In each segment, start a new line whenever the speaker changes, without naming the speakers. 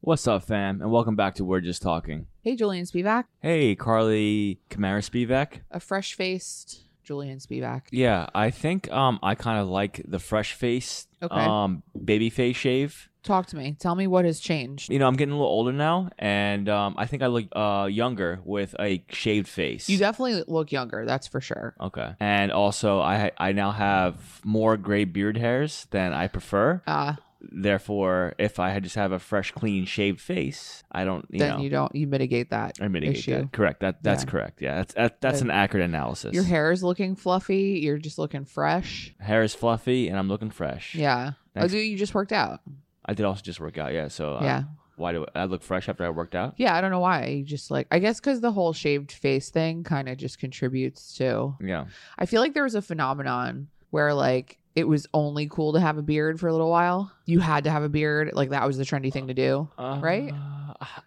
What's up, fam? And welcome back to We're Just Talking.
Hey, Julian Spivak,
Hey, Carly Kamara Spivak.
a fresh faced Julian Spivak.
Yeah, I think um I kind of like the fresh face,
Okay.
um baby face shave.
Talk to me. Tell me what has changed.
You know, I'm getting a little older now, and um I think I look uh younger with a shaved face.
You definitely look younger, that's for sure.
okay. And also, I I now have more gray beard hairs than I prefer.
Uh,
Therefore, if I had just have a fresh, clean shaved face, I don't you
then
know
you don't, you mitigate that.
I mitigate
issue.
that. Correct. That that's
Yeah.
correct. Yeah, that's that, that's an accurate analysis.
Your hair is looking fluffy. You're just looking fresh.
hair is fluffy and I'm looking fresh.
Yeah. Oh,
Thanks.
dude, you just worked out.
I did also just work out. Yeah. So uh,
yeah.
Why do I look fresh after I worked out?
Yeah. I don't know why. You just like, I guess because the whole shaved face thing kind of just contributes to.
Yeah.
I feel like there was a phenomenon where like it was only cool to have a beard for a little while. You had to have a beard. Like that was the trendy thing to do.
Uh,
Right?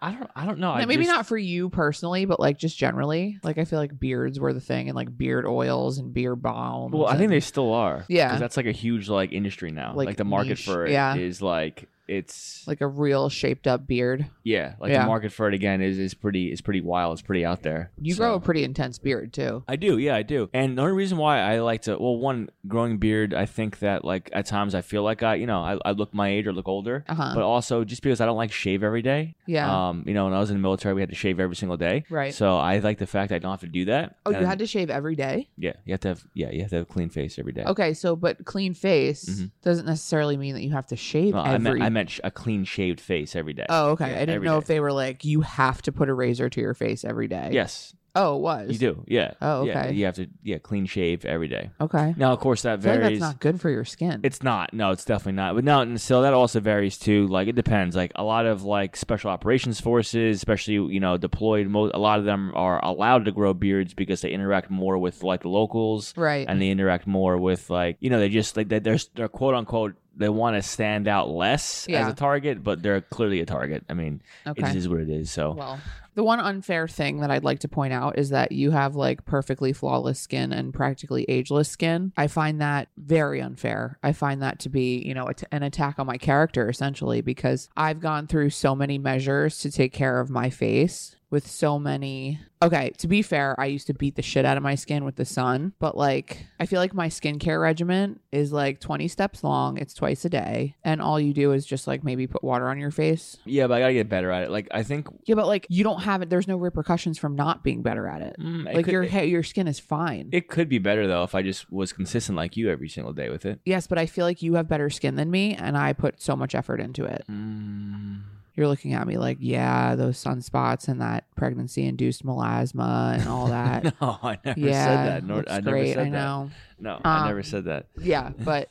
I don't. I don't know. I
Now, maybe
just-
not for you personally, but like just generally. Like I feel like beards were the thing, and like beard oils and beard balms.
Well, I think
and-
they still are.
Yeah.
'Cause that's like a huge like industry now. Like,
Like,
the market
niche.
for it is
Yeah.
like it's
like a real shaped up beard.
yeah like
Yeah.
the market for it again is is pretty is pretty wild. It's pretty out there.
You
So-
grow a pretty intense beard too.
I do, yeah, I do. And the only reason why I like to, well, one, growing beard, I think that like at times I feel like I, you know, I, I look my age or look older,
Uh huh.
but also just because I don't like shave every day.
Yeah.
Um, you know, when I was in the military, we had to shave every single day.
Right.
So I like the fact that I don't have to do that.
oh, you had to shave every day.
Yeah, you have to have. Yeah, you have to have a clean face every day.
Okay, so but clean face
Mhm.
doesn't necessarily mean that you have to shave
No,
every.
I meant I meant sh- a clean shaved face every day.
oh, okay.
Yeah,
I didn't
every
know
day.
if they were like you have to put a razor to your face every day.
Yes,
Oh, it was.
you do. Yeah.
Oh,
Yeah,
okay.
you have to. Yeah, clean shave every day.
Okay.
Now, of course, that
I feel like that's
varies.
not good for your skin.
It's not. No, it's definitely not. But no, and so that also varies too. Like it depends. Like a lot of like special operations forces, especially you know deployed. Mo- a lot of them are allowed to grow beards because they interact more with like the locals
right.
and they interact more with like you know they just like they- they're they're quote unquote they want to stand out less as
Yeah.
a target, but they're clearly a target. I mean,
okay.
it just is what it is. So
Well, the one unfair thing that I'd like to point out is that you have like perfectly flawless skin and practically ageless skin. I find that very unfair. I find that to be, you know, a t- an attack on my character essentially because I've gone through so many measures to take care of my face with so many. Okay, to be fair, I used to beat the shit out of my skin with the sun, but like I feel like my skincare regimen is like 20 steps long, it's twice a day, and all you do is just like maybe put water on your face
yeah, but I gotta get better at it. Like I think
yeah, but like you don't have it. There's no repercussions from not being better at it.
mm, it
like
could,
your hair, your skin is fine.
it could be better though if I just was consistent like you every single day with it.
yes, but I feel like you have better skin than me, and I put so much effort into it.
Mm.
You're looking at me like, yeah, those sunspots and that pregnancy-induced melasma and all that.
No, I never
yeah,
said that. Nor,
looks
I never
great.
said
I
that.
know.
No, I never
Um,
said that.
Yeah, but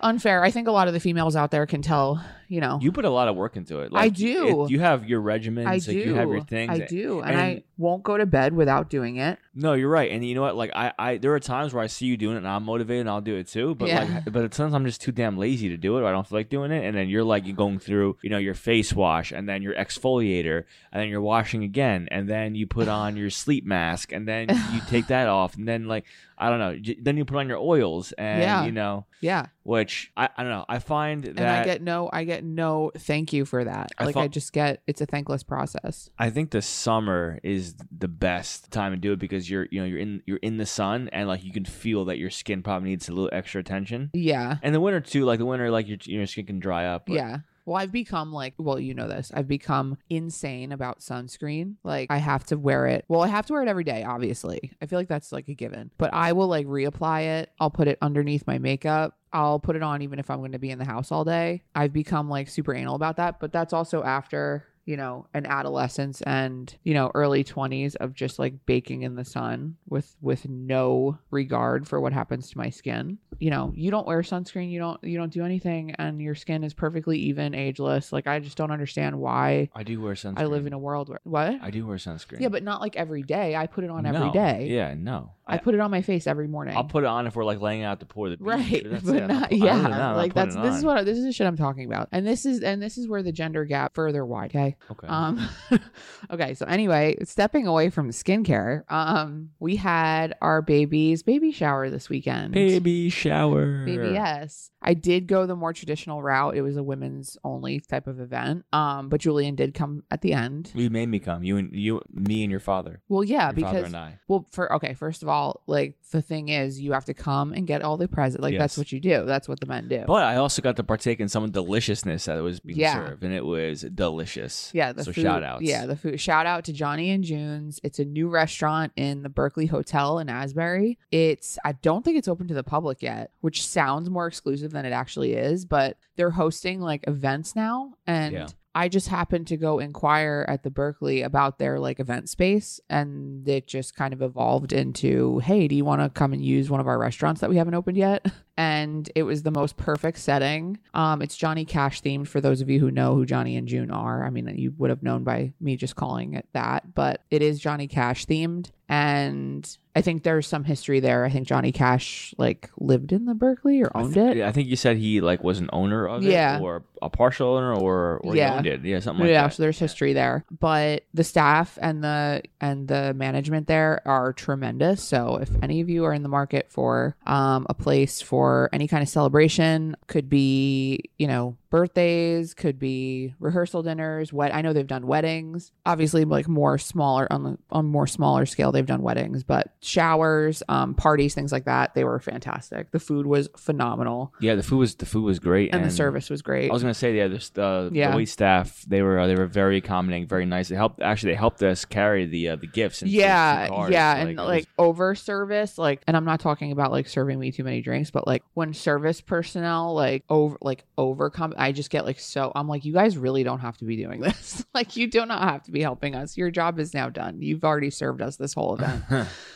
unfair. I think a lot of the females out there can tell. You know,
You put a lot of work into it.
oh. I
Like,
do.
it- you have your regimen.
I do.
You have your things.
I do, and,
and-
I won't go to bed without doing it.
No, you're right. And you know what? Like I, I, there are times where I see you doing it, and I'm motivated, and I'll do it too. But
Yeah.
like, but sometimes I'm just too damn lazy to do it, or I don't feel like doing it. And then you're like, you're going through, you know, your face wash, and then your exfoliator, and then you're washing again, and then you put on your sleep mask, and then you take that off, and then like, I don't know, j- then you put on your oils, and
Yeah.
you know,
Yeah,
which I, I don't know. I find that
and I get no, I get no thank you for that.
I
like
thought-
I just get it's a thankless process.
I think the summer is the best time to do it because you're you know you're in you're in the sun and like you can feel that your skin probably needs a little extra attention.
Yeah.
And the winter too, like the winter, like your your skin can dry up. but-
Yeah. Well, I've become like, well, you know this. I've become insane about sunscreen. Like, I have to wear it. Well, I have to wear it every day, obviously. I feel like that's like a given, but I will like reapply it. I'll put it underneath my makeup. I'll put it on even if I'm going to be in the house all day. I've become like super anal about that, but that's also after, you know, an adolescence and, you know, early 20s of just like baking in the sun with with no regard for what happens to my skin. You know, you don't wear sunscreen, you don't you don't do anything and your skin is perfectly even, ageless. Like I just don't understand why
I do wear sunscreen.
I live in a world where what?
I do wear sunscreen.
Yeah, but not like every day. I put it on
No.
every day.
Yeah, no.
I,
I-
put it on my face every morning.
I'll put it on if we're like laying out at the pool. Or the beach,
right,
that's it.
but
I'm
not
pu- other
yeah.
than that, I'm not
like that's
putting it
this is
on.
what this is the shit I'm talking about, and this is and this is where the gender gap further wide. Okay.
Okay.
Um, okay, so anyway, stepping away from skincare, um, we had our baby's baby shower this weekend.
baby shower.
BBS. I did go the more traditional route. It was a women's only type of event. Um, but Julian did come at the end.
You made me come. You and you, me and your father.
Well, yeah,
Your father
because
and I.
well, for okay, first of all, like the thing is, you have to come and get all the presents. Like that's
Yes.
what you do. That's what the men do.
But I also got to partake in some deliciousness that was being
Yeah.
served, and it was delicious.
Yeah, the
so
food,
shout outs.
Yeah, the food. Shout out to Johnny and June's. It's a new restaurant in the Berkeley Hotel in Asbury. It's I don't think it's open to the public yet, which sounds more exclusive than it actually is, but they're hosting like events now and
Yeah.
I just happened to go inquire at the Berkeley about their like event space and it just kind of evolved into, "Hey, do you want to come and use one of our restaurants that we haven't opened yet?" and it was the most perfect setting. Um, it's Johnny Cash themed for those of you who know who Johnny and June are. I mean, you would have known by me just calling it that, but it is Johnny Cash themed, and I think there's some history there. I think Johnny Cash like lived in the Berkeley or
I
owned
th-
it.
I think you said he like was an owner of it,
Yeah.
or a partial owner, or or
Yeah.
he owned it. Yeah, something like
yeah,
that.
so there's history there, but the staff and the and the management there are tremendous. So if any of you are in the market for um, a place for any kind of celebration, could be you know birthdays, could be rehearsal dinners. What I know they've done weddings, obviously like more smaller on the- on more smaller scale they've done weddings, but showers, um, parties, things like that. They were fantastic. The food was phenomenal,
Yeah, the food was the food was great,
and, the service was great.
I was gonna say yeah, this, uh,
Yeah.
the wait staff they were uh, they were very accommodating, very nice. They helped actually they helped us carry the uh, the gifts. And
yeah
cars.
yeah and
it was-
like over service like and i'm not talking about like serving me too many drinks but like when service personnel like over like overcome i just get like so i'm like you guys really don't have to be doing this like you do not have to be helping us your job is now done you've already served us this whole event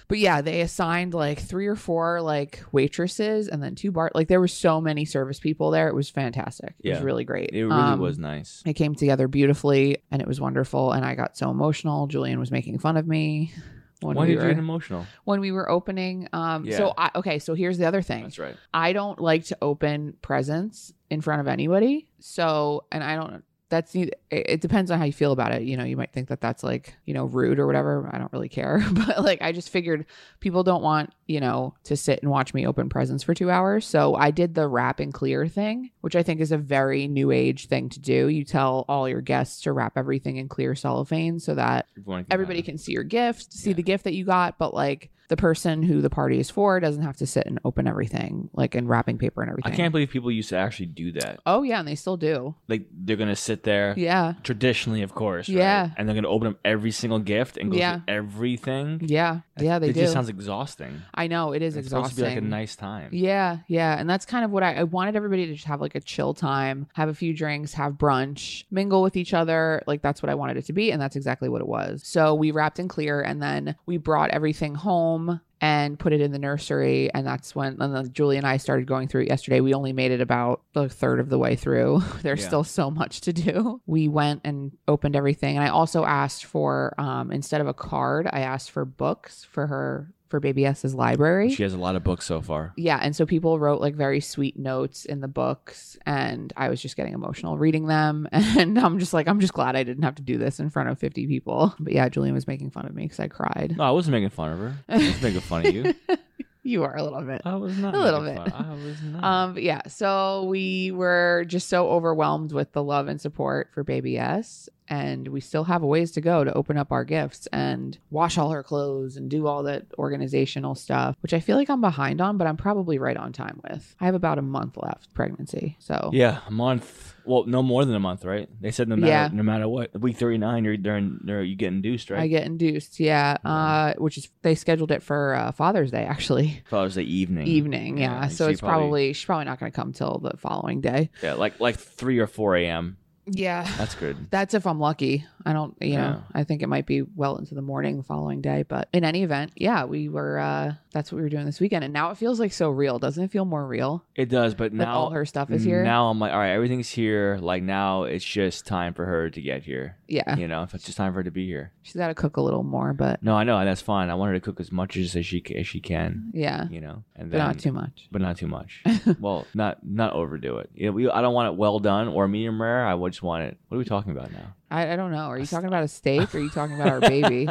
but yeah, they assigned like three or four like waitresses and then two bar. Like there were so many service people there. It was fantastic. It was
Yeah.
really great.
it really
Um,
was nice.
It came together beautifully and it was wonderful. And I got so emotional. Julian was making fun of me when
Why
we
did
were
you get emotional?
when we were opening. Um,
Yeah.
so I okay. So here's the other thing.
That's right.
I don't like to open presents in front of anybody. So, and I don't. That's neith- it it depends on how you feel about it. You know, you might think that that's like you know rude or whatever. I don't really care, but like I just figured people don't want you know to sit and watch me open presents for two hours. So I did the wrap and clear thing, which I think is a very new age thing to do. You tell all your guests to wrap everything in clear cellophane so that
Everyone can
everybody
have it.
can see your gift, see
Yeah.
the gift that you got, but like the person who the party is for doesn't have to sit and open everything, like in wrapping paper and everything.
I can't believe people used to actually do that.
Oh yeah, and they still do.
Like they're gonna sit there.
Yeah,
Traditionally, of course. right?
Yeah.
And they're gonna open up every single gift and go
Yeah.
through everything.
yeah,
That-
yeah. They
that
do.
just sounds exhausting.
I know it is
it's
exhausting.
supposed to be like a nice time.
Yeah, yeah. And that's kind of what I, I wanted everybody to just have like a chill time, have a few drinks, have brunch, mingle with each other. Like that's what I wanted it to be. And that's exactly what it was. So we wrapped in clear and then we brought everything home and put it in the nursery. And that's when and then Julie and I started going through it yesterday. We only made it about a third of the way through. There's
Yeah.
still so much to do. We went and opened everything. And I also asked for, um, instead of a card, I asked for books for her. For Baby S's library.
She has a lot of books so far.
Yeah, and so people wrote like very sweet notes in the books, and I was just getting emotional reading them. And I'm just like, I'm just glad I didn't have to do this in front of 50 people. But yeah, Julian was making fun of me because I cried.
No, I wasn't making fun of her. I was making fun of you.
you are a little bit.
I was not
A little
making
bit.
fun. I was not.
Um, but yeah, so we were just so overwhelmed with the love and support for Baby S, and we still have a ways to go to open up our gifts and wash all her clothes and do all that organizational stuff, which I feel like I'm behind on, but I'm probably right on time with. I have about a month left pregnancy, so
yeah, a month. Well, no more than a month, right? They said no matter
Yeah.
no matter what, week thirty nine, you're they're in, they're, you get induced, right?
I get induced. Yeah, uh, which is they scheduled it for uh, Father's Day actually.
Father's Day evening.
Evening, yeah.
Mm-hmm. and
So
she
it's probably, she's probably not going to come till the following day.
yeah, like like three or four a.m.
Yeah.
That's good.
That's if I'm lucky. I don't, you
Yeah.
know, I think it might be well into the morning the following day. But in any event, yeah, we were, uh, that's what we were doing this weekend. And now it feels like so real. Doesn't it feel more real
It does, but
that all
now
her stuff is here?
Now I'm like, all right, everything's here. Like now, it's just time for her to get here.
yeah.
You know, if it's just time for her to be here.
She's got to cook a little more, but
No, I know that's fine. I want her to cook as much as she ca- as she can.
yeah,
You know, and
but
then
not too much.
but not too much. well, not not overdo it. You know, we, I don't want it well done or medium rare. I would just want it. What are we talking about now?
I, I don't know. Are you talking about a steak? Or are you talking about our baby?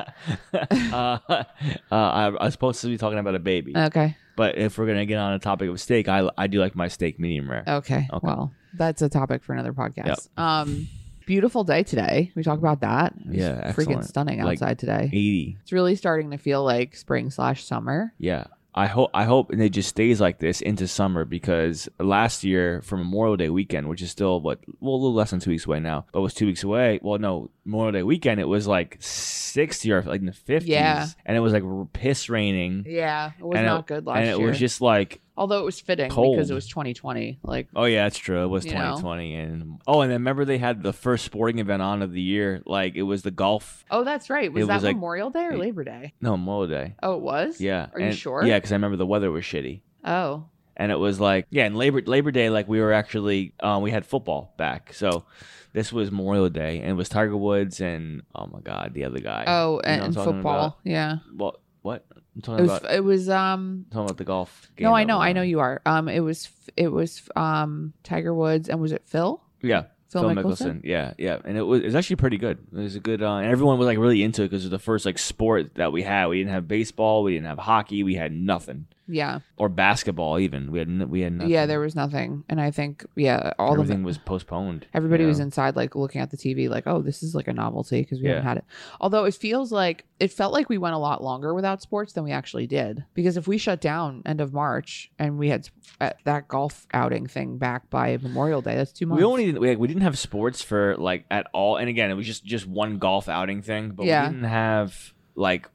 uh, uh, I, I was supposed to be talking about a baby,
Okay.
but if we're gonna get on a topic of steak, I I do like my steak medium rare.
Okay.
Okay.
Well, that's a topic for another podcast. Um, beautiful day today. We talk about that. It was
Yeah,
freaking
excellent.
stunning
Like-
outside today.
Eighty.
It's really starting to feel like spring slash summer.
Yeah. I hope I hope and it just stays like this into summer because last year for Memorial Day weekend, which is still what well a little less than two weeks away now, but was two weeks away. Well, no Memorial Day weekend, it was like sixty or like in the fifties,
Yeah.
and it was like r- piss raining,
Yeah, it was
And it-
not good last
and it
year.
was just like
Although it was fitting because
cold.
it was 2020. Like,
oh yeah, it's true. It was
You know?
twenty twenty, and oh, and then remember they had the first sporting event on of the year, like it was the golf
oh, that's right. Was
It
that
was like-
Memorial Day or
it-
Labor Day?
no Memorial Day,
Oh, it was.
yeah.
Are you
and-
sure?
Yeah, because I remember the weather was shitty.
Oh,
and it was like yeah and labor labor day like we were actually um, we had football back so this was memorial day and it was tiger woods and oh my god the other guy
oh,
You know what I'm
and
talking
football.
about?
Yeah,
well what i'm
it
talking
was.
about
It was. Um.
talking about the golf game
No, I
that
know.
went
I
on.
know you are. Um. It was. It was. Um. Tiger Woods and was it Phil?
yeah
Phil,
Phil
Mickelson.
Mickelson. Yeah, yeah, and it was, it was actually pretty good. It was a good, uh, and everyone was like really into it because it was the first like sport that we had. We didn't have baseball, we didn't have hockey, we had nothing,
Yeah.
or basketball even. We had n- we had nothing.
Yeah. There was nothing, and I think yeah, all of
everything
them.
was postponed. you
Everybody was
know?
inside, like looking at the TV, like, "Oh, this is like a novelty because we
Yeah.
haven't had it." Although it feels like it felt like we went a lot longer without sports than we actually did, because if we shut down end of March and we had uh, that golf outing thing back by Memorial Day, that's two months.
We only didn't we, like, we didn't have sports for like at all, and again, it was just just one golf outing thing. But
Yeah.
we didn't have like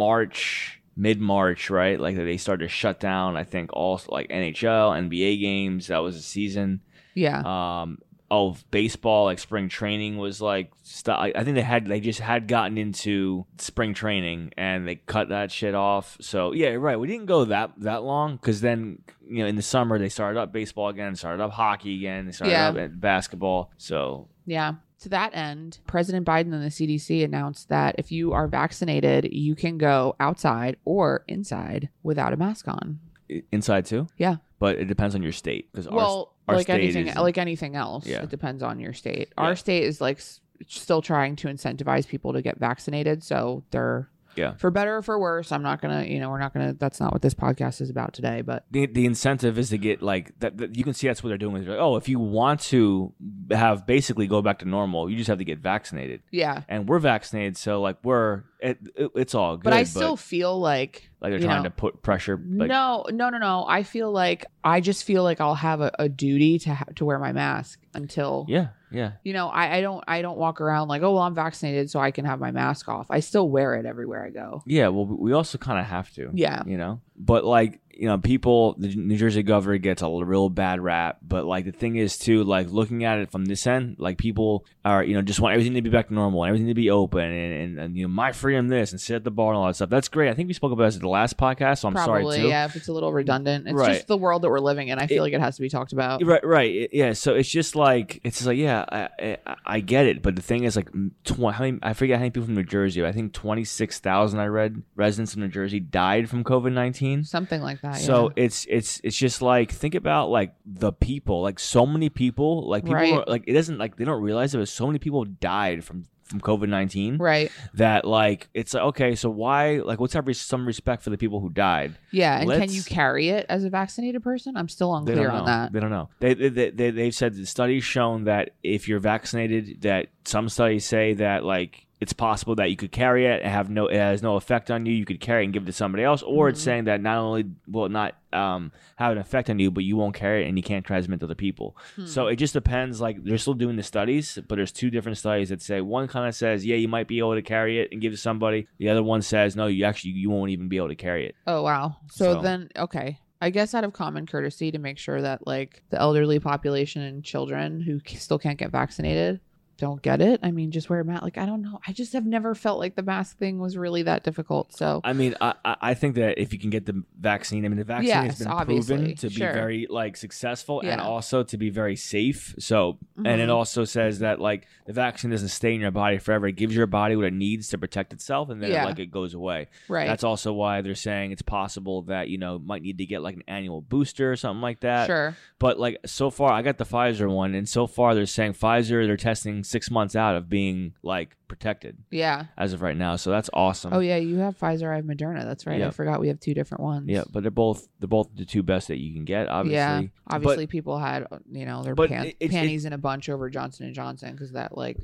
March, mid March, right? Like they started to shut down. I think all like NHL, NBA games. That was a season.
yeah,
Um, oh, baseball, like spring training was like stuff. I I think they had they just had gotten into spring training and they cut that shit off. So yeah, you're right. We didn't go that that long because then you know in the summer they started up baseball again, started up hockey again, they started
Yeah.
up at basketball. So
Yeah. To that end, President Biden and the CDC announced that if you are vaccinated, you can go outside or inside without a mask on.
i- inside too.
Yeah.
but it depends on your state because
well,
our
like
state
anything,
is-
like anything else,
Yeah.
it depends on your state.
Yeah.
Our state is like s- still trying to incentivize people to get vaccinated, so they're
Yeah.
for better or for worse. I'm not gonna, you know, we're not gonna. That's not what this podcast is about today, but
the, the incentive is to get like that, that- You can see that's what they're doing. They're like, oh, if you want to have basically go back to normal, you just have to get vaccinated.
yeah.
and we're vaccinated, so like we're it, it, it's all good.
But I still feel like
like they're
you
trying
know,
to put pressure. Like,
no, no, no, no. I feel like I just feel like I'll have a, a duty to ha- to wear my mask until
Yeah, yeah,
you know I, I don't I don't walk around like oh well I'm vaccinated so I can have my mask off. I still wear it everywhere I go.
yeah. Well, we also kind of have to.
Yeah,
You know, but like you know, people. The New Jersey governor gets a real bad rap, but like the thing is too, like looking at it from this end, like people are you know just want everything to be back to normal, and everything to be open, and, and, and you know my freedom this and sit at the bar and all that stuff. That's great. I think we spoke about this at the last podcast, so I'm
probably.
sorry too.
Yeah, if it's a little redundant, it's
Right.
just the world that we're living in. I feel
It-
like it has to be talked about.
Right, right, it- yeah. So it's just like it's just like yeah, I, I I get it, but the thing is like tw- how many, I forget how many people from New Jersey. I think twenty six thousand I read residents of New Jersey died from COVID nineteen.
Something like that.
So
Ah, yeah.
it's it's it's just like think about like the people, like so many people, like people
Right.
are, like it doesn't like they don't realize it, but so many people died from from COVID nineteen
right.
that like it's like okay, so why like let's have res- some respect for the people who died.
Yeah, and can
Let's-
you carry it as a vaccinated person? I'm still
They
unclear
don't
on
know.
that.
They don't know. They, they, they, they, they've said the studies shown that if you're vaccinated, that some studies say that like it's possible that you could carry it and have no, it has no effect on you. You could carry it and give it to somebody else, or it's
Mhm.
saying that not only will it not um, have an effect on you, but you won't carry it and you can't transmit to other people.
Hmm.
So it just depends. Like they're still doing the studies, but there's two different studies that say one kind of says, yeah, you might be able to carry it and give it to somebody. The other one says, no, you actually you won't even be able to carry it.
Oh wow. So,
So-
then okay. I guess out of common courtesy to make sure that like the elderly population and children who c- still can't get vaccinated don't get it, I mean, just wear a mask. Like, I don't know. I just have never felt like the mask thing was really that difficult. So
I mean, I, I I think that if you can get the vaccine, I mean, the vaccine
Yes,
has been
obviously.
proven to be
Sure.
very like successful and
Yeah.
also to be very safe. So, and it
Mhm.
also says that like the vaccine doesn't stay in your body forever. It gives your body what it needs to protect itself, and then
Yeah.
it, like it goes away.
right,
That's also why they're saying it's possible that you know might need to get like an annual booster or something like that.
sure,
But like so far, I got the Pfizer one, and so far they're saying Pfizer they're testing six months out of being like protected
yeah.
as of right now. So that's awesome.
Oh yeah, you have Pfizer. I have Moderna. That's right. I
Um, Yeah.
forgot we have two different ones.
Yeah, but they're both they're both the two best that you can get. Obviously,
Yeah,
But-
obviously people had uh, you know their
but
pant-
it- it's-
panties in a bunch over Johnson and Johnson because that like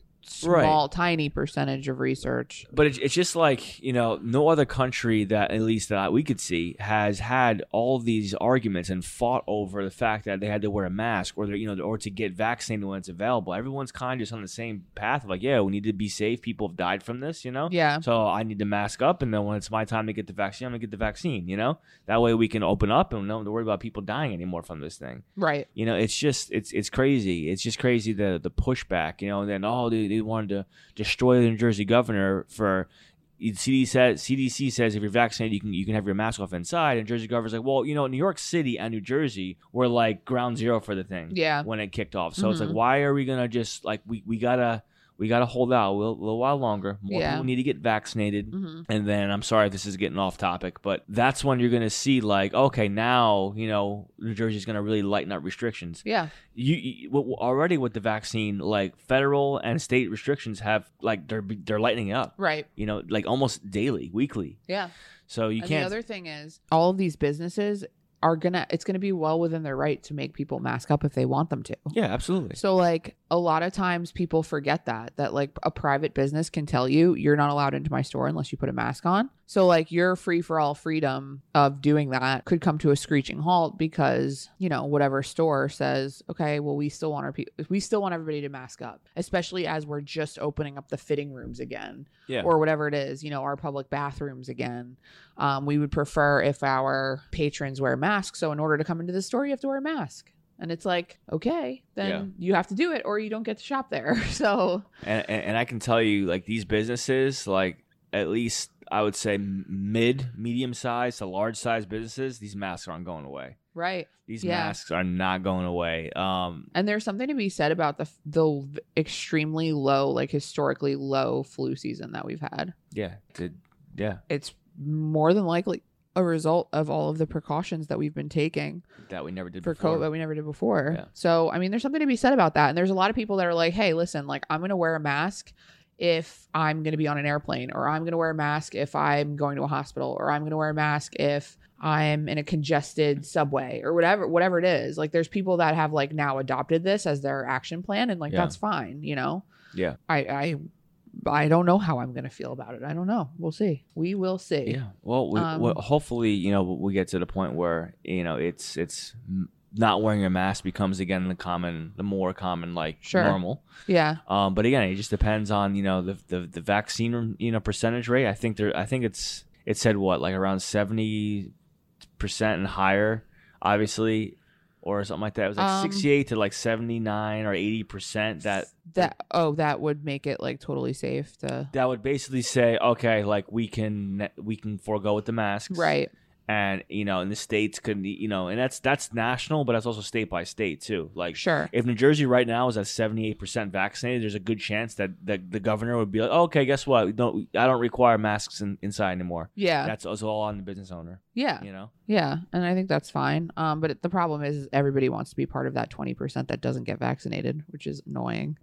Right.
small tiny percentage of research.
But it's, it's just like, you know, no other country that, at least that we could see, has had all these arguments and fought over the fact that they had to wear a mask or, they're, you know, or to get vaccinated when it's available. Everyone's kind of just on the same path of like, yeah, we need to be safe. People have died from this, you know?
Yeah,
So I need to mask up. And then when it's my time to get the vaccine, I'm going to get the vaccine, you know? That way we can open up and we don't have to worry about people dying anymore from this thing.
right.
You know, it's just it's it's crazy. It's just crazy the the pushback. You know, and then oh, they, they wanted to destroy the New Jersey governor for. CDC says CDC says if you're vaccinated, you can you can have your mask off inside. And Jersey governor's like, well, you know, New York City and New Jersey were like ground zero for the thing
Yeah,
when it kicked off. So it's like,
Mhm.
why are we gonna just like we, we gotta we gotta hold out a little, little while longer. More
Yeah.
people need to get vaccinated.
hmm
And then I'm sorry if this is getting off topic, but that's when you're going to see like, okay, now, you know, New Jersey's going to really lighten up restrictions.
yeah,
You, you w- already with the vaccine, like federal and state restrictions have like they're they're lightening it up,
right.
you know, like almost daily, weekly.
Yeah.
So you
and
can't
the other thing is, all of these businesses are gonna. It's gonna be well within their right to make people mask up if they want them to.
Yeah, absolutely.
So like a lot of times people forget that that like a private business can tell you you're not allowed into my store unless you put a mask on. So like your free for all freedom of doing that could come to a screeching halt because, you know, whatever store says, "Okay, well we still want our pe- we still want everybody to mask up, especially as we're just opening up the fitting rooms again."
Yeah.
or whatever it is, you know, our public bathrooms again. Um, we would prefer if our patrons wear masks. So in order to come into the store, you have to wear a mask. And it's like, okay, then
Yeah.
you have to do it or you don't get to shop there. So
and, and and I can tell you like these businesses, like at least I would say m- mid, medium size to large size businesses, these masks aren't going away.
right.
These
Yeah.
masks are not going away. Um
And there's something to be said about the the extremely low, like historically low flu season that we've had.
Yeah. Did yeah.
It's more than likely a result of all of the precautions that we've been taking.
That we never did
for
before.
COVID we never did before.
Yeah.
So I mean, there's something to be said about that. And there's a lot of people that are like, "Hey, listen, like I'm gonna wear a mask if I'm gonna be on an airplane, or I'm gonna wear a mask if I'm going to a hospital, or I'm gonna wear a mask if I'm in a congested subway, or whatever, whatever it is." Like, there's people that have like now adopted this as their action plan, and like
Yeah.
that's fine, you know.
Yeah.
I I I don't know how I'm gonna feel about it. I don't know. We'll see. We will see.
Yeah. Well, we,
Um,
well, hopefully, you know, we get to the point where you know it's it's m- not wearing a mask becomes again the common, the more common like
Sure.
normal.
Yeah.
Um, but again, it just depends on you know the the, the vaccine you know percentage rate. I think there, I think it's it said what like around seventy percent and higher, obviously. Or something like that. It was like
Um,
sixty-eight to like seventy-nine or eighty percent. That
that oh that would make it like totally safe to
that would basically say, okay, like we can we can forego with the masks,
right
and you know, and the states could, you know, and that's that's national, but that's also state by state too. Like,
Sure.
if New Jersey right now is at seventy eight percent vaccinated, there's a good chance that the, the governor would be like, oh, okay, guess what? We don't I don't require masks in, inside anymore.
Yeah.
That's also all on the business owner,
yeah.
you know.
Yeah. And I think that's fine. Um, but it- the problem is, is everybody wants to be part of that 20% that doesn't get vaccinated, which is annoying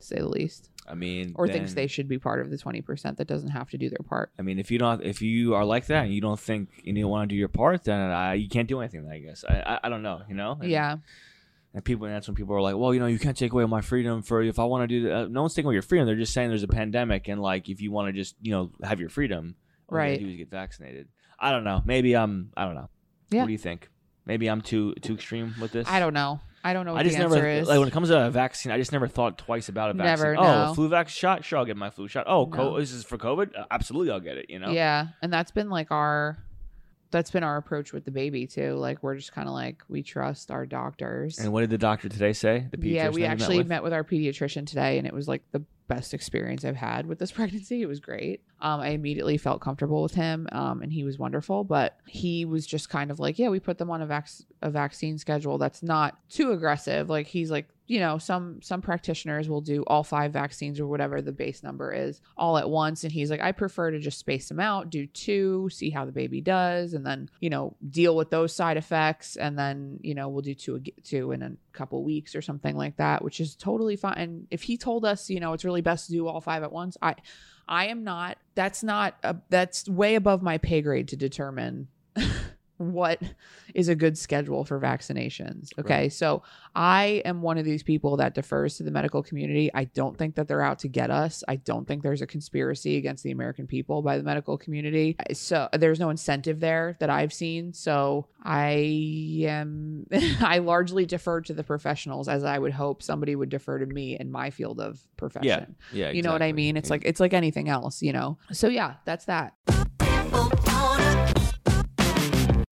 to say the least,
I mean,
or thinks
then-
they should be part of the 20% that doesn't have to do their part.
I mean, if you don't, if you are like that and you don't think and you don't want to do your part, then I, you can't do anything. I guess I, I, I don't know, you know. And-
yeah.
And people, and that's when people are like, "Well, you know, you can't take away my freedom for if I want to do that." No one's taking away your freedom. They're just saying there's a pandemic, and like if you want to just you know have your freedom, all you
Right.
gotta do is get vaccinated. I don't know. Maybe I'm. I don't know.
Yeah.
What do you think? Maybe I'm too too extreme with this.
I don't know. I don't know what
I just
the
never
answer is.
like when it comes to a vaccine. I just never thought twice about a vaccine.
Never,
oh,
no.
flu vaccine shot. Sure, I'll get my flu shot. Oh, co-
No.
this is for COVID. Uh, absolutely, I'll get it. You know.
Yeah. And that's been like our that's been our approach with the baby too. Like we're just kind of like we trust our doctors.
And what did the doctor today say? The
yeah,
pediatrician
we
that you
actually
with?
met with our pediatrician today, and it was like the best experience I've had with this pregnancy. It was great. Um, I immediately felt comfortable with him, um, and he was wonderful. But he was just kind of like, yeah, we put them on a vac- a vaccine schedule that's not too aggressive. Like he's like, you know, some some practitioners will do all five vaccines or whatever the base number is all at once, and he's like, I prefer to just space them out, do two, see how the baby does, and then you know deal with those side effects, and then you know we'll do two ag- two in a couple weeks or something like that, which is totally fine. And if he told us, you know, it's really best to do all five at once, I I am not. That's not. A, that's way above my pay grade to determine what is a good schedule for vaccinations. Okay, so I am one of these people that defers to the medical community. I don't think that they're out to get us. I don't think there's a conspiracy against the American people by the medical community. So there's no incentive there that I've seen. So I am I largely defer to the professionals as I would hope somebody would defer to me in my field of profession.
Yeah,
You know what I
exactly.
mean? It's
Yeah.
like it's like anything else, you know. So yeah, that's that.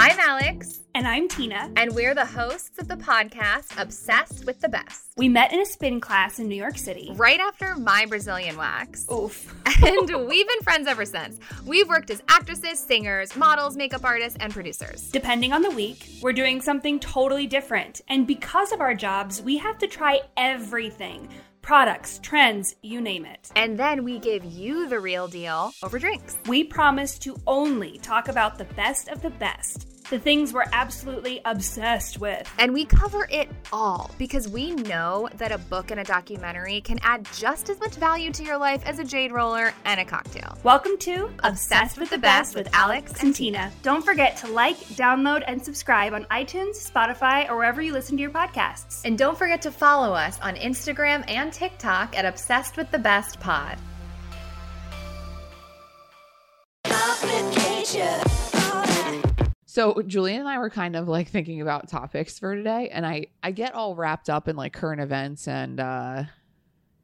I'm Alex,
And I'm Tina.
and we're the hosts of the podcast Obsessed with the Best.
We met in a spin class in New York City.
Right after my Brazilian wax.
Oof.
And we've been friends ever since. We've worked as actresses, singers, models, makeup artists, and producers.
Depending on the week, we're doing something totally different. And because of our jobs, we have to try everything products, trends, you name it.
And then we give you the real deal over drinks.
We promise to only talk about the best of the best, the things we're absolutely obsessed with.
And we cover it all because we know that a book and a documentary can add just as much value to your life as a jade roller and a cocktail.
Welcome to Obsessed with the Best with Alex and Tina. Don't forget to like, download, and subscribe on iTunes, Spotify, or wherever you listen to your podcasts.
And don't forget to follow us on Instagram and TikTok at Obsessed with the Best Pod.
So Julian and I were kind of like thinking about topics for today, and I I get all wrapped up in like current events and uh,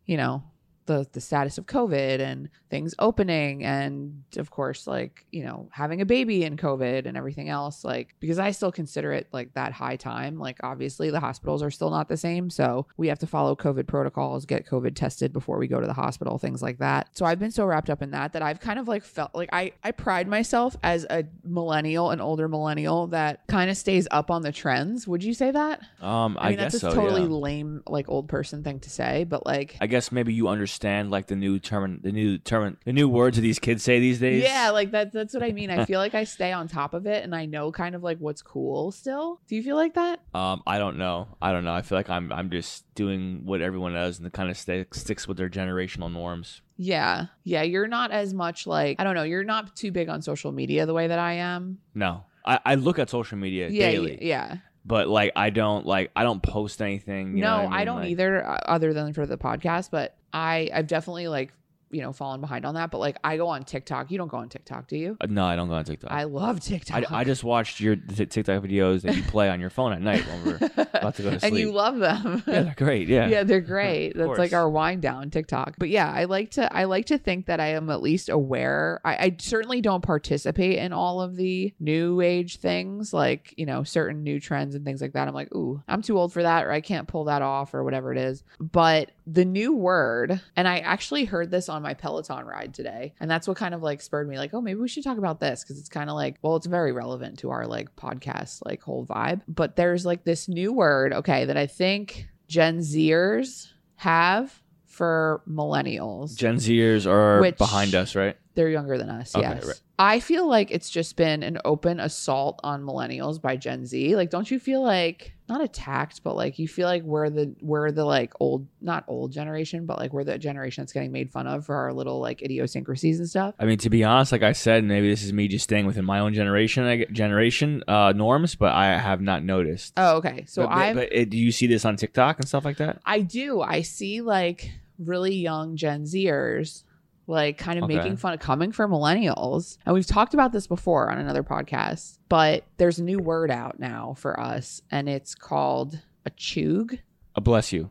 you know the the status of COVID and things opening, and of course like you know having a baby in COVID and everything else, like because I still consider it like that high time. Like obviously the hospitals are still not the same, so we have to follow COVID protocols, get COVID tested before we go to the hospital, things like that. So I've been so wrapped up in that that I've kind of like felt like I I pride myself as a millennial, an older millennial that kind of stays up on the trends. Would you say that?
Um, I,
mean,
guess
that's
so.
a totally
yeah.
lame like old person thing to say, but like
I guess maybe you understand like the new term, the new term, the new words that these kids say these days.
yeah, like that that's what I mean. I feel like I stay on top of it and I know kind of like what's cool still. Do you feel like that?
Um, I don't know. I don't know. I feel like I'm I'm just doing what everyone does and kind of stay, sticks with their generational norms.
Yeah. Yeah, you're not as much like I don't know, you're not too big on social media the way that I am.
No, I, I look at social media
Yeah,
daily,
yeah.
but like I don't like I don't post anything. you know
no,
what
I,
I, mean?
don't
Like,
either, uh, other than for the podcast. But I, I've definitely like, you know, fallen behind on that. But like, I go on TikTok. You don't go on TikTok, do you?
Uh, No, I don't go on TikTok.
I love
I,
TikTok.
I just watched your t- TikTok videos that you play on your phone at night when we're about to go to sleep.
and you love them.
yeah, they're great. Yeah.
yeah they're great
Of
that's like
course.
our wind down tiktok but yeah i like to i like to think that i am at least aware I, I certainly don't participate in all of the new age things like you know certain new trends and things like that i'm like ooh i'm too old for that or i can't pull that off or whatever it is but the new word and i actually heard this on my peloton ride today and that's what kind of like spurred me like oh maybe we should talk about this because it's kind of like well it's very relevant to our like podcast like whole vibe but there's like this new word okay that i think Gen Zers have for millennials.
Gen Zers are
Which-
behind us, right?
They're younger than us.
Okay,
yes.
right.
I feel like it's just been an open assault on millennials by Gen Z. Like, don't you feel like not attacked, but like you feel like we're the we're the like old not old generation, but like we're the generation that's getting made fun of for our little like idiosyncrasies and stuff.
I mean, to be honest, like I said, maybe this is me just staying within my own generation I gue- generation uh, norms, but I have not noticed.
Oh, okay. So
but,
I
but, uh, do you see this on TikTok and stuff like that?
I do. I see like really young Gen Zers like kind of
Okay.
making fun of coming for millennials. And we've talked about this before on another podcast, but there's a new word out now for us and it's called a chug.
Uh, bless you.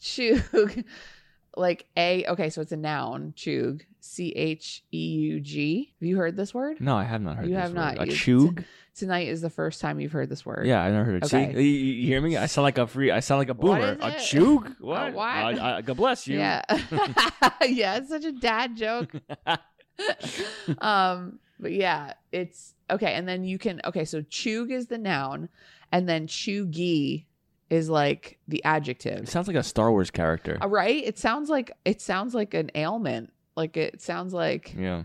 chug. Like a okay, so it's a noun, chug, C H E U G. Have you heard this word?
No, I have not heard.
You
this
have
word.
not.
A
You-
chug?
Tonight is the first time you've heard this word.
Yeah, I never heard it.
Okay.
See, you, you you hear me? I sound like a free. I sound like a
What
boomer.
is
A
it?
chug? What?
what?
I- I- God bless you.
Yeah. yeah, it's such a dad joke. um, but yeah, it's okay. And then you can okay, so chug is the noun, and then chugi is like the
It
adjective.
sounds like a Star Wars character.
Uh, Right? It sounds like it sounds like an ailment. Like it sounds like
yeah,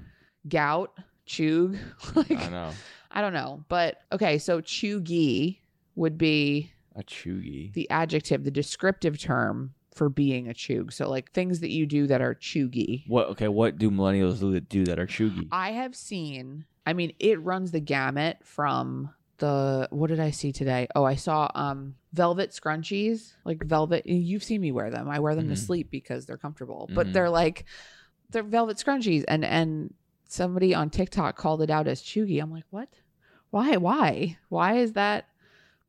gout, chug. like
I know.
I don't know. But okay, so chugi would be
A chuggy.
the adjective, the descriptive term for being a chug. So like things that you do that are chugi.
What? Okay. What do millennials do that, do that are chuggy?
I have seen, I mean, it runs the gamut from the what did I see today? Oh, I saw um velvet scrunchies, like velvet. You've seen me wear them. I wear them
Mhm.
to sleep because they're comfortable. But
Mhm.
they're like they're velvet scrunchies and and somebody on TikTok called it out as chuggy. I'm like, "What? Why? Why? Why is that?"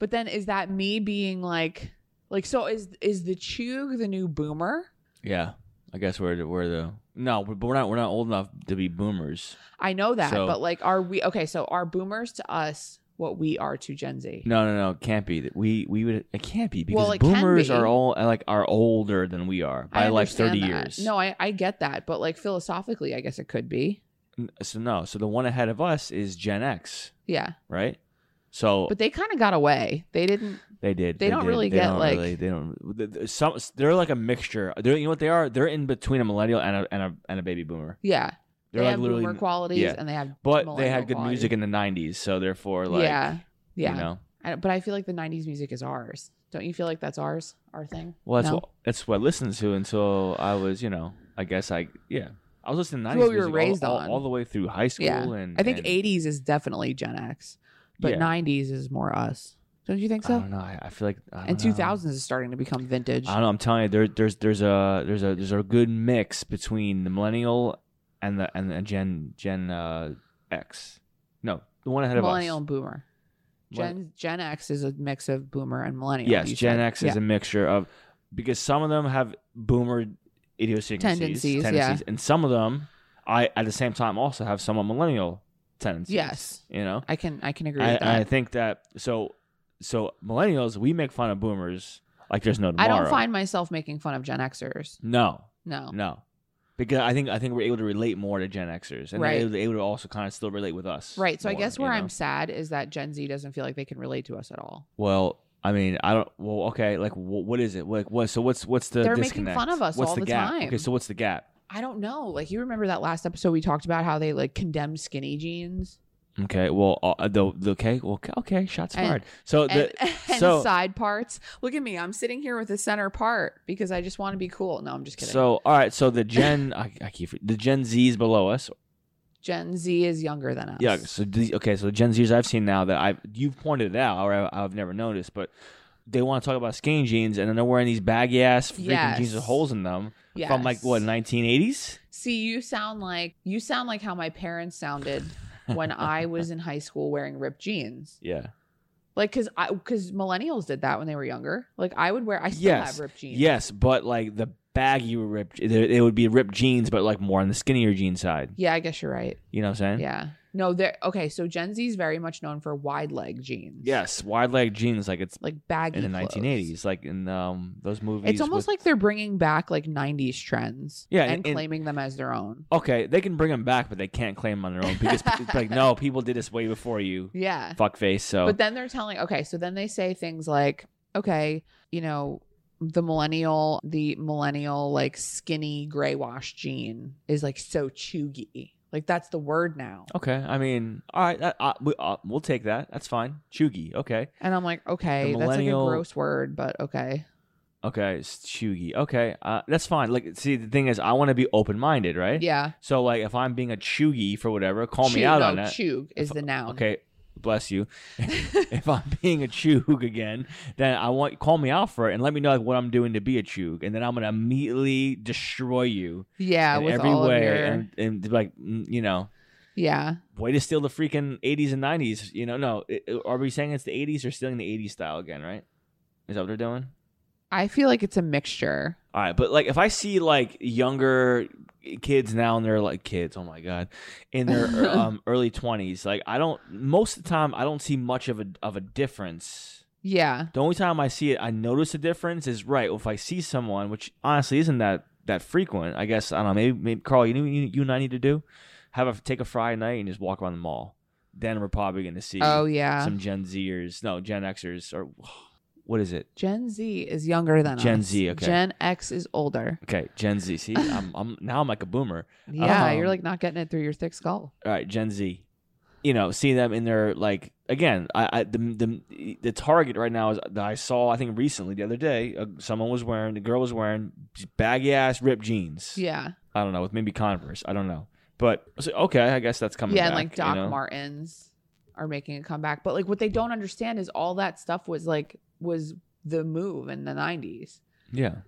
But then is that me being like like so is is the chug the new boomer?
Yeah, I guess we're the- we're the no, we're we're not we're not old enough to be boomers.
I know that,
So-
but like, are we okay? So are boomers to us what we are to Gen Z?
No, no, no, it can't be. That We we would it can't be because
Well, it can
boomers
be.
are all like are older than we are by
I
like
understand
thirty
that.
years.
No, I, I get that, but like philosophically, I guess it could be.
N- so no, so the one ahead of us is Gen X,
Yeah,
right? So
but they kind of got away. They didn't.
they did.
they don't
did.
really
They
get,
don't
like-
really- they don't. th- th- Some they're like a mixture. They're you know what they are. They're in between a millennial and a and a, and a baby boomer.
Yeah, they
They're like
have
literally.
boomer qualities,
yeah.
and they have
but they had
millennial
good
qualities.
music in the '90s, so therefore, like,
yeah, yeah.
you know,
I, but I feel like the '90s music is ours. Don't you feel like that's ours, our thing?
Well, that's
No?
what that's what I listened to until I was, you know, I guess I yeah, I was listening to
It's
90s
what we were
music all-
raised
all,
on.
all the way through high school
Yeah.
and
I think
and-
'80s is definitely Gen X, but
yeah.
'90s is more us. Don't you think
I
so?
don't know. I, I feel like I don't
And
know.
2000s is starting to become vintage.
I don't know. I'm telling you, there, there's there's a there's a there's a good mix between the millennial and the and the Gen Gen uh, X. No, the one ahead
millennial
of
and
us.
boomer.
Millenn-
Gen Gen X is a mix of boomer and millennial.
Yes,
you
Gen
said.
X
Yeah.
is a mixture of because some of them have boomer idiosyncrasies,
Tendencies, yeah.
and some of them, I at the same time also have somewhat millennial tendencies.
Yes.
you know,
I can I can agree
I,
with that.
I think that so so millennials we make fun of boomers like there's no
I
tomorrow.
don't find myself making fun of Gen Xers.
no
No.
no because I think I think we're able to relate more to Gen Xers and
Right.
they're able- able to also kind of still relate with us.
Right. So I
more,
guess
you
where I'm
know?
sad is that Gen Z doesn't feel like they can relate to us at all.
well. I mean, I don't. Well, okay. Like, wh- what is it? Like, what? So, what's what's the?
They're making
disconnect?
fun of us
What's
all
the
the
gap?
time.
Okay, so what's the gap?
I don't know. Like you remember that last episode we talked about how they like condemn skinny jeans
Okay. Well, uh, the, the okay. Well, okay, okay. Shots
And-
fired. So
and,
the
and
so
side parts. Look at me. I'm sitting here with the center part because I just want to be cool. No, I'm just kidding.
so all right. So the Gen I, I keep the Gen Z's below us.
Gen Z is younger than us.
Yeah. So the, okay. So the Gen Z's I've seen now that I've you've pointed it out or I, I've never noticed, but they want to talk about skinny jeans and then they're wearing these baggy ass freaking jeans with
Yes.
holes in them from like
Yes.
what 1980s.
See, you sound like you sound like how my parents sounded when I was in high school wearing ripped jeans.
Yeah.
Like cuz I cuz millennials did that when they were younger. Like I would wear I still
Yes.
have ripped jeans.
Yes, but like the baggy ripped, it would be ripped jeans, but like more on the skinnier jean side.
Yeah, I guess you're right.
You know what I'm saying?
Yeah. No, they're okay, so Gen Z is very much known for wide leg jeans.
Yes, wide leg jeans, like it's
Like baggy
in the
clothes.
1980s, like in um those movies.
It's almost like they're bringing back like 90s trends
Yeah,
and,
and-
claiming them as their own.
like okay, they can bring them back, but they can't claim 'em on their own because it's like no, people did this way before you,
Yeah.
fuckface. So
But then they're telling, okay, so then they say things like, okay, you know, the millennial, the millennial like skinny gray wash gene is like so chuggy. Like that's the word now.
Okay, I mean, all right, that, uh, we, uh, we'll take that. That's fine. Chugi, okay,
And I'm like, okay, that's like a
millennial-
gross word, but okay.
okay, it's Chugi, okay, uh, that's fine. Like, see, the thing is, I want to be open minded, right?
Yeah.
So, like, if I'm being a Chugi for whatever, call me out
no,
on that.
Chug is the noun.
Okay,
Mm-hmm.
bless you. if I'm being a chug again, then I want call me out for it and let me know like what I'm doing to be a chug, and then I'm gonna immediately destroy you
Yeah,
in
with
every
all
way,
of your
and and like mm, you know.
yeah.
Way to steal the freaking 80s and 90s. You know, no. it- it- are we saying it's the 80s or stealing the 80s style again, right? Is that what they're doing?
I feel like it's a mixture.
All right, but like if I see like younger kids now and they're like kids, oh my god, in their um, early twenties, like I don't most of the time I don't see much of a of a difference.
Yeah.
The only time I see it, I notice a difference is right if I see someone, which honestly isn't that that frequent. I guess I don't know. Maybe, maybe Carl, you know, what you, you and I need to do have a take a Friday night and just walk around the mall. Then we're probably going to see
Oh yeah.
some Gen Zers, no Gen Xers, or what is it?
Gen Z is younger than
Gen
us.
Z, okay.
Gen X is older.
Okay, Gen Z. See, I'm, I'm now I'm like a boomer.
Yeah,
Um,
you're like not getting it through your thick skull.
all right, Gen Z, you know, see them in their like again. I, I the, the the target right now is that I saw. I think recently the other day, uh, someone was wearing the girl was wearing baggy ass ripped jeans.
Yeah.
I don't know with maybe Converse. I don't know, but I was like, okay, I guess that's coming.
yeah, and
back,
like Doc
you know?
Martens are making a comeback. But like what they don't understand is all that stuff was like was the move in the nineties.
Yeah,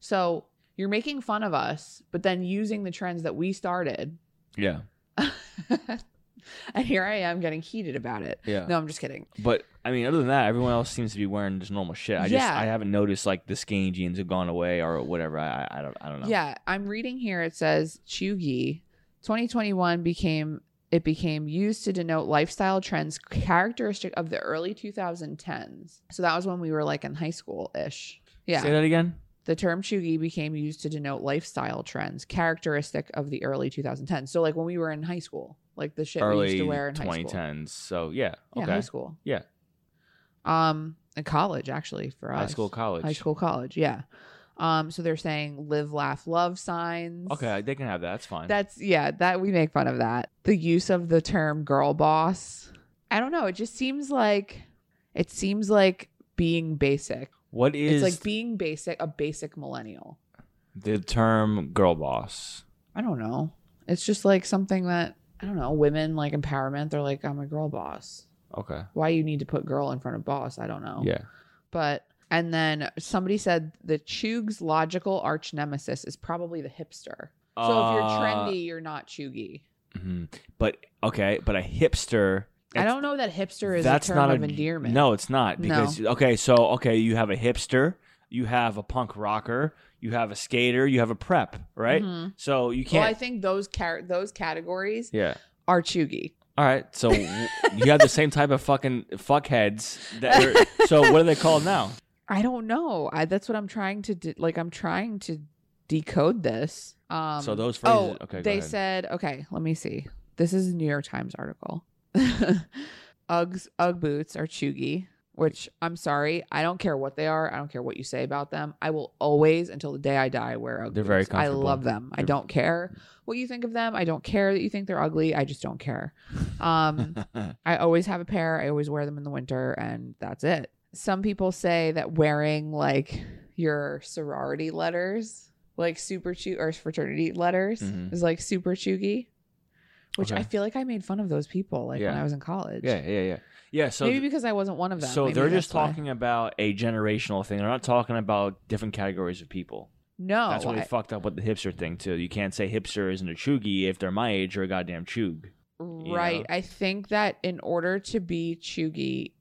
So you're making fun of us, but then using the trends that we started.
yeah,
and here I am getting heated about it.
yeah.
No, I'm just kidding.
But I mean, other than that, everyone else seems to be wearing just normal shit. I just
Yeah.
I haven't noticed like the skinny jeans have gone away or whatever. I I, I don't I don't know.
Yeah, I'm reading here. It says Chugi, 2021 became it became used to denote lifestyle trends characteristic of the early 2010s. So that was when we were like in high school ish.
Say
Yeah.
that again.
The term Chugi became used to denote lifestyle trends characteristic of the early 2010s. So like when we were in high school, like the shit we
Early
used to wear in high school.
2010s. So yeah.
Yeah,
Okay.
high school.
Yeah.
Um, in college actually for us.
High school, college.
High school, college. Yeah. Um, so they're saying live, laugh, love signs.
Okay, they can have that. That's fine.
That's yeah, that we make fun of that. The use of the term girl boss. I don't know, it just seems like it seems like being basic.
what is
it's like being basic, a basic millennial.
the term girl boss?
I don't know. It's just like something that I don't know, women like empowerment, they're like I'm a girl boss.
Okay.
Why you need to put girl in front of boss, I don't know.
Yeah.
But and then somebody said the Chug's logical arch nemesis is probably the hipster. So if you're
Uh,
trendy, you're not Chugy.
mhm. But okay, but a hipster.
I
that's-
don't know that hipster is
that's
a term
not
of endearment.
No, it's not because okay, so okay, you have a hipster, you have a punk rocker, you have a skater, you have a prep, right?
Mhm.
So you
Well,
can't.
I think those car- those categories
yeah.
are chuggy.
All right. So w- you have the same type of fucking fuckheads. That are, so what are they called now?
I don't know. I, that's what I'm trying to de- like. I'm trying to decode this. Um,
So those
Oh,
phrases- okay, go
they
ahead.
said. Okay, let me see. This is a New York Times article. Uggs Ugg boots are chuggy. Which I'm sorry, I don't care what they are. I don't care what you say about them. I will always, until the day I die, wear Ugg
They're
boots.
very
I
comfortable.
love them. I
They're-
don't care what you think of them. I don't care that you think they're ugly. I just don't care. Um, I always have a pair. I always wear them in the winter, and that's it. Some people say that wearing like your sorority letters, like super chu or fraternity letters,
Mhm.
is like super chuggy, which
Okay.
I feel like I made fun of those people like when
Yeah.
I was in college.
yeah, yeah, yeah, yeah. So
Maybe because I wasn't one of them.
So
Maybe
they're just
that's why.
talking about a generational thing. They're not talking about different categories of people.
No,
That's why they
I-
fucked up with the hipster thing too. You can't say hipster isn't a chuggy if they're my age or a goddamn chug.
Right. I think that in order to be chuggy,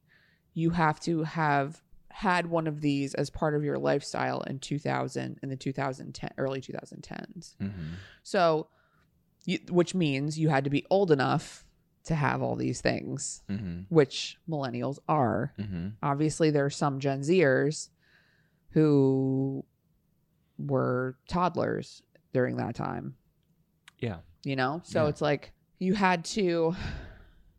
you have to have had one of these as part of your lifestyle in 2000 in the 2010 early 2010s.
Mm-hmm,
So you, which means you had to be old enough to have all these things,
Mm-hmm.
which millennials are.
Mm-hmm.
Obviously there are some Gen Zers who were toddlers during that time
Yeah.
you know so
Yeah.
it's like you had to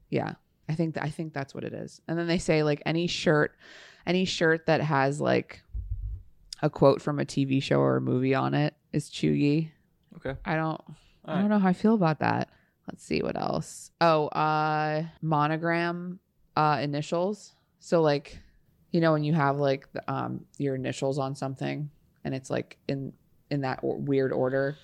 yeah i think i think that's what it is and then they say like any shirt any shirt that has like a quote from a TV show or a movie on it is Chugi.
Okay.
I don't
All
I
right.
don't know how I feel about that. Let's see what else. Oh, uh monogram uh initials. So like you know when you have like the, um your initials on something and it's like in in that or- weird order.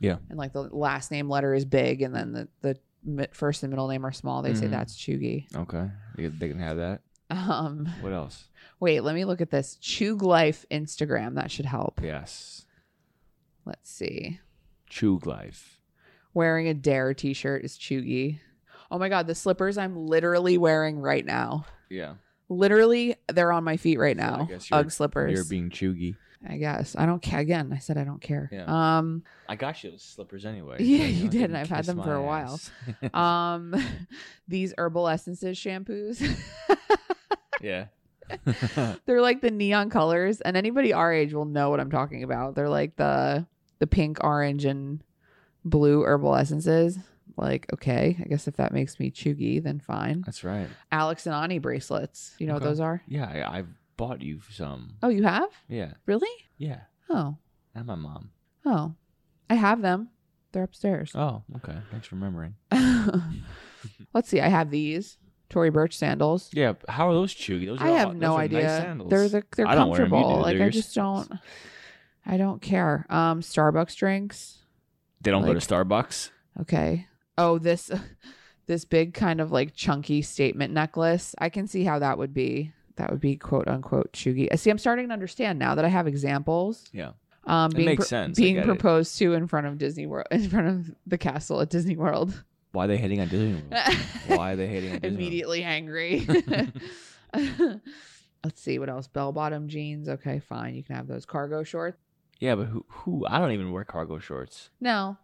Yeah.
And like the last name letter is big and then the the mi- first and middle name are small. They say
Mhm.
that's Chugi.
Okay. They, they can have that.
Um
What else?
wait, let me look at this. Chug Life Instagram that should help.
Yes.
Let's see.
Chug life.
Wearing a Dare t-shirt is Chugi. Oh my god, the slippers I'm literally wearing right now.
Yeah.
Literally, they're on my feet right
So I
now.
guess you're-
Ugg slippers.
You're being chuggy.
I guess I don't care. Again, I said I don't care.
Yeah.
Um,
I got you those slippers anyway. so
Yeah, you
don't
did,
even
and I've had
kiss
them for a
my
while.
ass.
um, these herbal essences shampoos.
yeah.
they're like the neon colors, and anybody our age will know what I'm talking about. They're like the the pink, orange, and blue herbal essences. Like, okay, I guess if that makes me chuggy, then fine.
That's right.
Alex and Ani bracelets. You know
Okay.
what those are?
Yeah, I, I've bought you some.
Oh, you have?
Yeah.
Really?
Yeah.
Oh,
And my mom.
oh, I have them. They're upstairs.
Oh, okay. Thanks for remembering.
Let's see. I have these Tory Birch sandals.
Yeah. but How are those chuggy? Those are
I have
aw-
no
those are
idea.
Nice sandals.
They're the, they're
I don't wear 'em, you
comfortable.
do.
Like
They're
I
your
just
sandals.
don't. I don't care. Um, Starbucks drinks.
They don't go
like-
to Starbucks.
Okay. Oh, this this big kind of like chunky statement necklace. I can see how that would be. That would be quote unquote chuggy. I See, I'm starting to understand now that I have examples.
Yeah.
Um,
It
being
makes
pro-
sense. I
Being
get it.
proposed to in front of Disney World, in front of the castle at Disney World.
Why are they hating on Disney World? Why are they hating on Disney World?
Immediately angry. Let's see what else. Bell bottom jeans. Okay, fine. You can have those cargo shorts.
Yeah, but who? Who? I don't even wear cargo shorts.
No.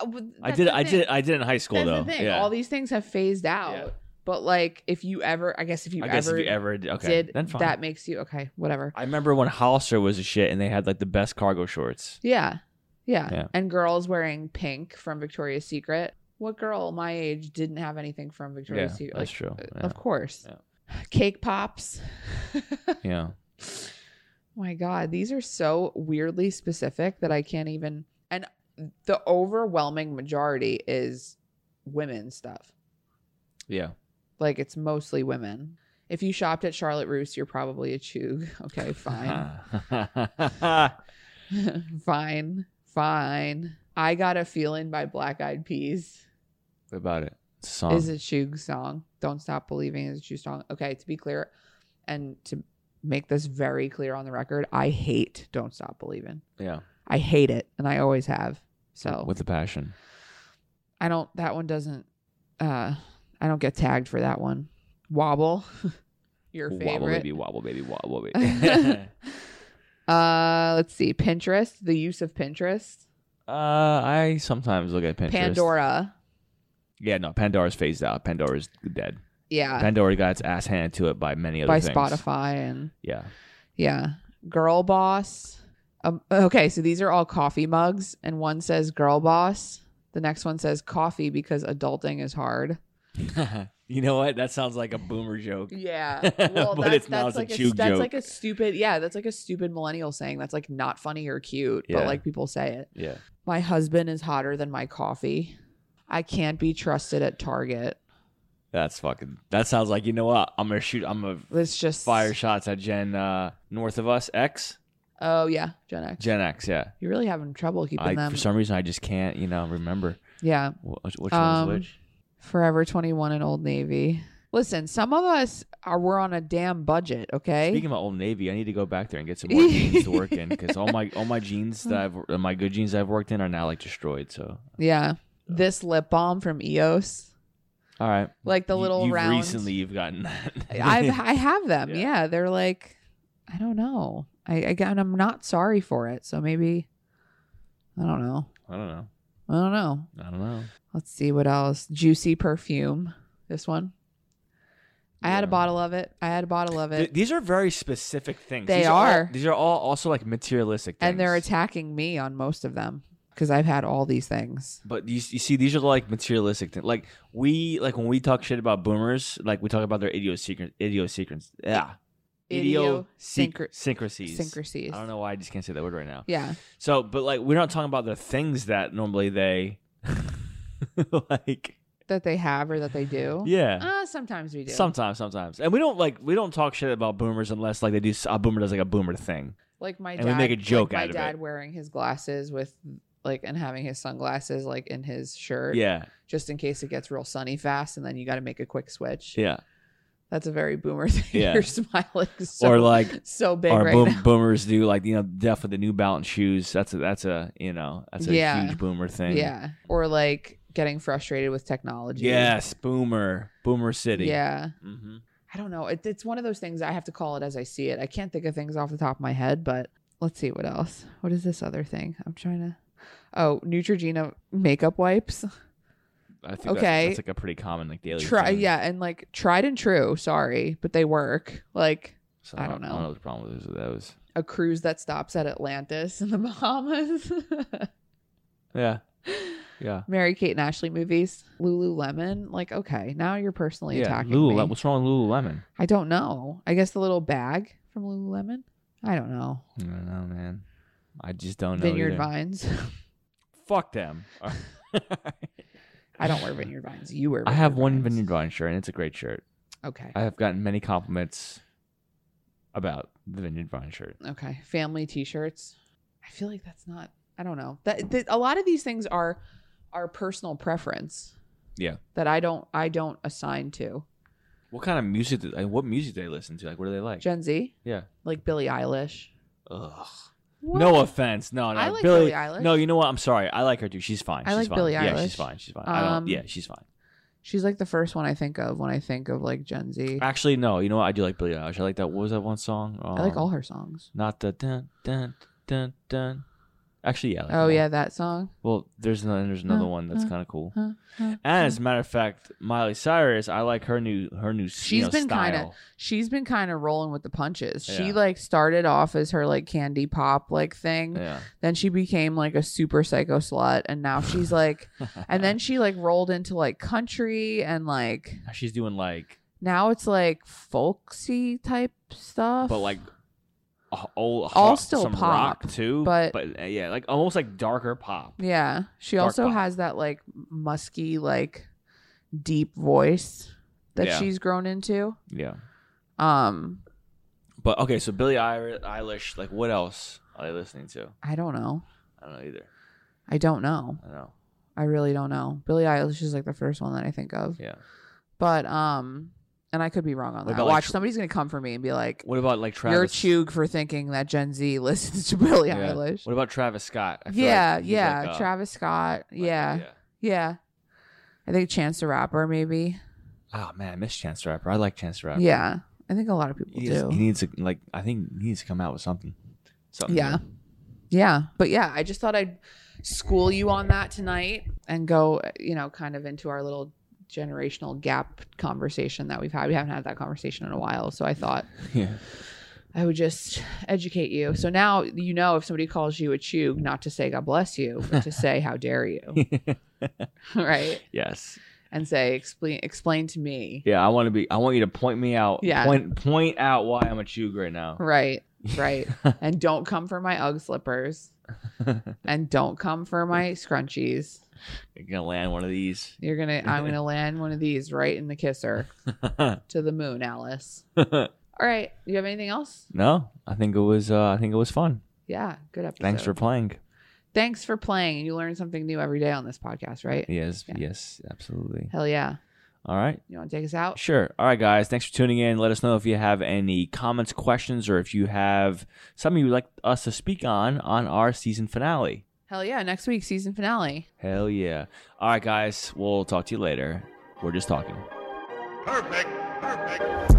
Uh, w-
I
that's
did.
the
I
thing.
did. I did in high school
That's
though.
the thing.
Yeah.
All these things have phased out.
Yeah.
But like, if you ever, I guess if you
I
ever,
guess if you ever did, okay,
did,
then fine.
that makes you okay. Whatever.
I remember when Hollister was a shit, and they had like the best cargo shorts.
Yeah. yeah.
Yeah.
And girls wearing pink from Victoria's Secret. What girl my age didn't have anything from Victoria's
Yeah,
Secret?
that's
Like,
true.
uh,
Yeah.
Of course. Cake pops.
Yeah.
My God, these are so weirdly specific that I can't even. And the overwhelming majority is women stuff.
Yeah.
Like it's mostly women. If you shopped at Charlotte Roos, you're probably a chug. Okay, fine. fine. Fine. I Got a Feeling by Black Eyed Peas
what about it? It's a song.
is a chug song. Don't Stop Believing is a chug song. Okay, to be clear and to make this very clear on the record, I hate Don't Stop Believing.
yeah.
I hate it, and I always have. So
with a passion.
I don't. That one doesn't. uh I don't get tagged for that one. Wobble, your favorite.
Wobble baby, wobble baby, wobble baby.
uh, let's see. Pinterest. The use of Pinterest.
uh, I sometimes look at Pinterest.
Pandora.
Yeah, no, Pandora's phased out. Pandora's dead.
Yeah.
Pandora got its ass handed to it by many other
Uh. by
things.
Spotify and
Yeah.
yeah, Girl Boss. Um, okay, so these are all coffee mugs, and one says Girl Boss. The next one says coffee because adulting is hard.
you know what? That sounds like a boomer joke.
Yeah.
But
Well, that's,
it's now it's
that's
a
like a,
Chug
that's
joke.
like a stupid yeah, that's like a stupid millennial saying that's like not funny or cute,
Yeah.
but like people say it.
Yeah.
My husband is hotter than my coffee. I can't be trusted at Target.
That's fucking. That sounds like you know what? I'm gonna shoot. I'm gonna
It's just
fire shots at Gen uh, north of us X.
Oh yeah, Gen X.
Gen X. Yeah.
You're really having trouble keeping
I,
them.
for some reason, I just can't. You know, remember
yeah.
Wh- which, which
Um,
one's which.
Forever 21 and Old Navy. Listen, some of us are we're on a damn budget, okay?
Speaking about Old Navy, I need to go back there and get some more jeans to work in because all my all my jeans that I've uh, my good jeans I've worked in are now like destroyed. So
yeah. This lip balm from EOS.
all right,
Like the
You-
little
you've
round
Recently, you've gotten that.
I've I have them.
Yeah.
Yeah. they're like, I don't know. I again, I'm not sorry for it. So maybe, I don't know.
I don't know.
I don't know.
I don't know.
Let's see what else. Juicy perfume. This one. I had a
Yeah.
bottle of it. I had a bottle of
Th-
it,
these are very specific things.
They
these all-
are.
these are all also like materialistic. Things.
and they're attacking me on most of them because I've had all these things.
But you, you see, these are like materialistic things. Like we, like when we talk shit about boomers, like we talk about their idiosyncrasies. Idiosyncrasies. Yeah, idiosyncr-
Idiosyncr-
syncrasies.
syncrasies.
I don't know why I just can't say that word right now.
Yeah.
So, but like we're not talking about the things that normally they like.
That they have or that they do.
Yeah.
Uh, sometimes we do.
Sometimes, sometimes, and we don't like we don't talk shit about boomers unless like they do a boomer does like a boomer thing.
like my
and
dad
we make a joke
like my
out of
dad
it.
wearing his glasses with like and having his sunglasses like in his shirt.
Yeah,
Just in case it gets real sunny fast and then you gotta make a quick switch.
yeah.
That's a very boomer thing.
Yeah.
You're smiling so
or like
so big
or
right
boom,
now.
boomers do like you know deaf with the New Balance shoes. That's a that's a you know that's a
Yeah.
huge boomer thing.
Yeah. Or like getting frustrated with technology.
Yes, boomer, boomer city.
Yeah.
hmm
I don't know. It, it's one of those things I have to call it as I see it. I can't think of things off the top of my head, but let's see what else. What is this other thing? I'm trying to. Oh, Neutrogena makeup wipes.
Oh, I think that's-
Okay.
that's like a pretty common like daily.
Try
thing.
yeah, and like tried and true. Sorry, but they work. Like
So
I don't
I don't
know.
know what the problem is with those.
a cruise that stops at Atlantis in the Bahamas.
Yeah, yeah.
Mary Kate and Ashley movies. Lululemon. Like okay, now you're personally
yeah,
attacking
Lulule-
me.
What's wrong with Lululemon?
I don't know. I guess the little bag from Lululemon. I don't know.
I don't know, man. I just don't know.
Vineyard
either.
vines.
Fuck them.
I don't wear vineyard vines. You wear.
I have
vineyard
one
vines.
Vineyard Vine shirt, and it's a great shirt.
Okay.
I have gotten many compliments about the Vineyard Vine shirt.
okay. Family T-shirts. I feel like that's not. I don't know. That, that a lot of these things are are personal preference.
Yeah.
That I don't I don't assign to
What kind of music? Do, like, what music do they listen to? Like, what do they like?
Gen Z.
Yeah.
Like Billie Eilish.
Ugh.
What?
No offense. No, no.
I like Billie Eilish.
No, you know what? I'm sorry. I like her too. She's fine.
I
she's
like
fine.
Billie
Yeah, she's
Eilish.
fine. She's fine. I don't.
Um,
Yeah, she's fine.
She's like the first one I think of when I think of like Gen Z. I
Actually, no. You know what? I do like Billie Eilish. I like that. What was that one song? Um,
like all her songs.
Not the dun dun dun dun. Actually, yeah. I like
oh
that.
yeah, that song.
Well, there's another, there's another
Huh,
one that's
huh,
kind of cool.
huh, huh,
And as a matter of fact, Miley Cyrus, I like her new her new
She's
She's know,
been kinda-
style.
she's been kind of rolling with the punches. She
Yeah.
like started off as her like candy pop like thing.
Yeah.
Then she became like a super psycho slut and now she's like and then she like rolled into like country and like
Now she's doing like
now it's like folksy type stuff.
but like a- all
Oh, All still
some
pop,
rock too,
but-
but uh, yeah, like almost like darker pop.
Yeah. She
Dark
also
pop.
has that like musky like deep voice that
Yeah.
she's grown into.
Yeah.
Um
But okay, so Billie Eil- Eilish, like what else are they listening to?
I don't know.
I don't know either.
I don't know.
I don't know.
I really don't know. Billie Eilish is like the first one that I think of.
Yeah.
But um, and I could be wrong
What
on that.
about, like,
Watch
tr-
somebody's gonna come for me and be like,
What about like Travis?
"You're a chug for thinking that Gen Z listens to Billie
Yeah.
Eilish."
What about Travis Scott? I feel like
yeah,
he's
yeah.
like a-
Travis Scott.
like a-
yeah, yeah, I think Chance the Rapper, maybe.
Oh man, I miss Chance the Rapper. I like Chance the Rapper.
Yeah, I think a lot of people
He needs,
do.
he needs to like. I think he needs to come out with something. Something.
Yeah.
new.
yeah, but yeah, I just thought I'd school you on that tonight and go, you know, kind of into our little generational gap conversation that we've had. We haven't had that conversation in a while, so I thought
Yeah.
I would just educate you. So now you know if somebody calls you a chug, not to say God bless you, but to say how dare you, right?
yes.
And say explain explain to me,
Yeah. I want to be. I want you to point me out.
Yeah.
Point point out why I'm a chug right now.
right, right, and don't come for my UGG slippers, and don't come for my scrunchies.
You're gonna land one of these.
You're gonna, I'm gonna land one of these right in the kisser to the moon, Alice. All right, you have anything else?
no, I think it was. Uh, I think it was fun.
Yeah, good episode.
Thanks for playing.
thanks for playing. You learn something new every day on this podcast, right?
Yes.
Yeah.
Yes. Absolutely.
Hell yeah!
All right.
You want to take us out?
Sure. All right, guys. Thanks for tuning in. Let us know if you have any comments, questions, or if you have something you'd like us to speak on on our season finale.
Hell yeah! Next week, season finale.
Hell yeah. All right, guys. We'll talk to you later. We're just talking.
Perfect. Perfect. Perfect. Perfect.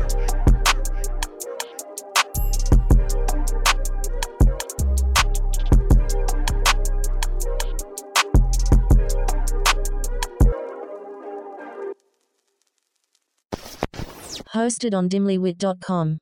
hosted on dimlywit.com.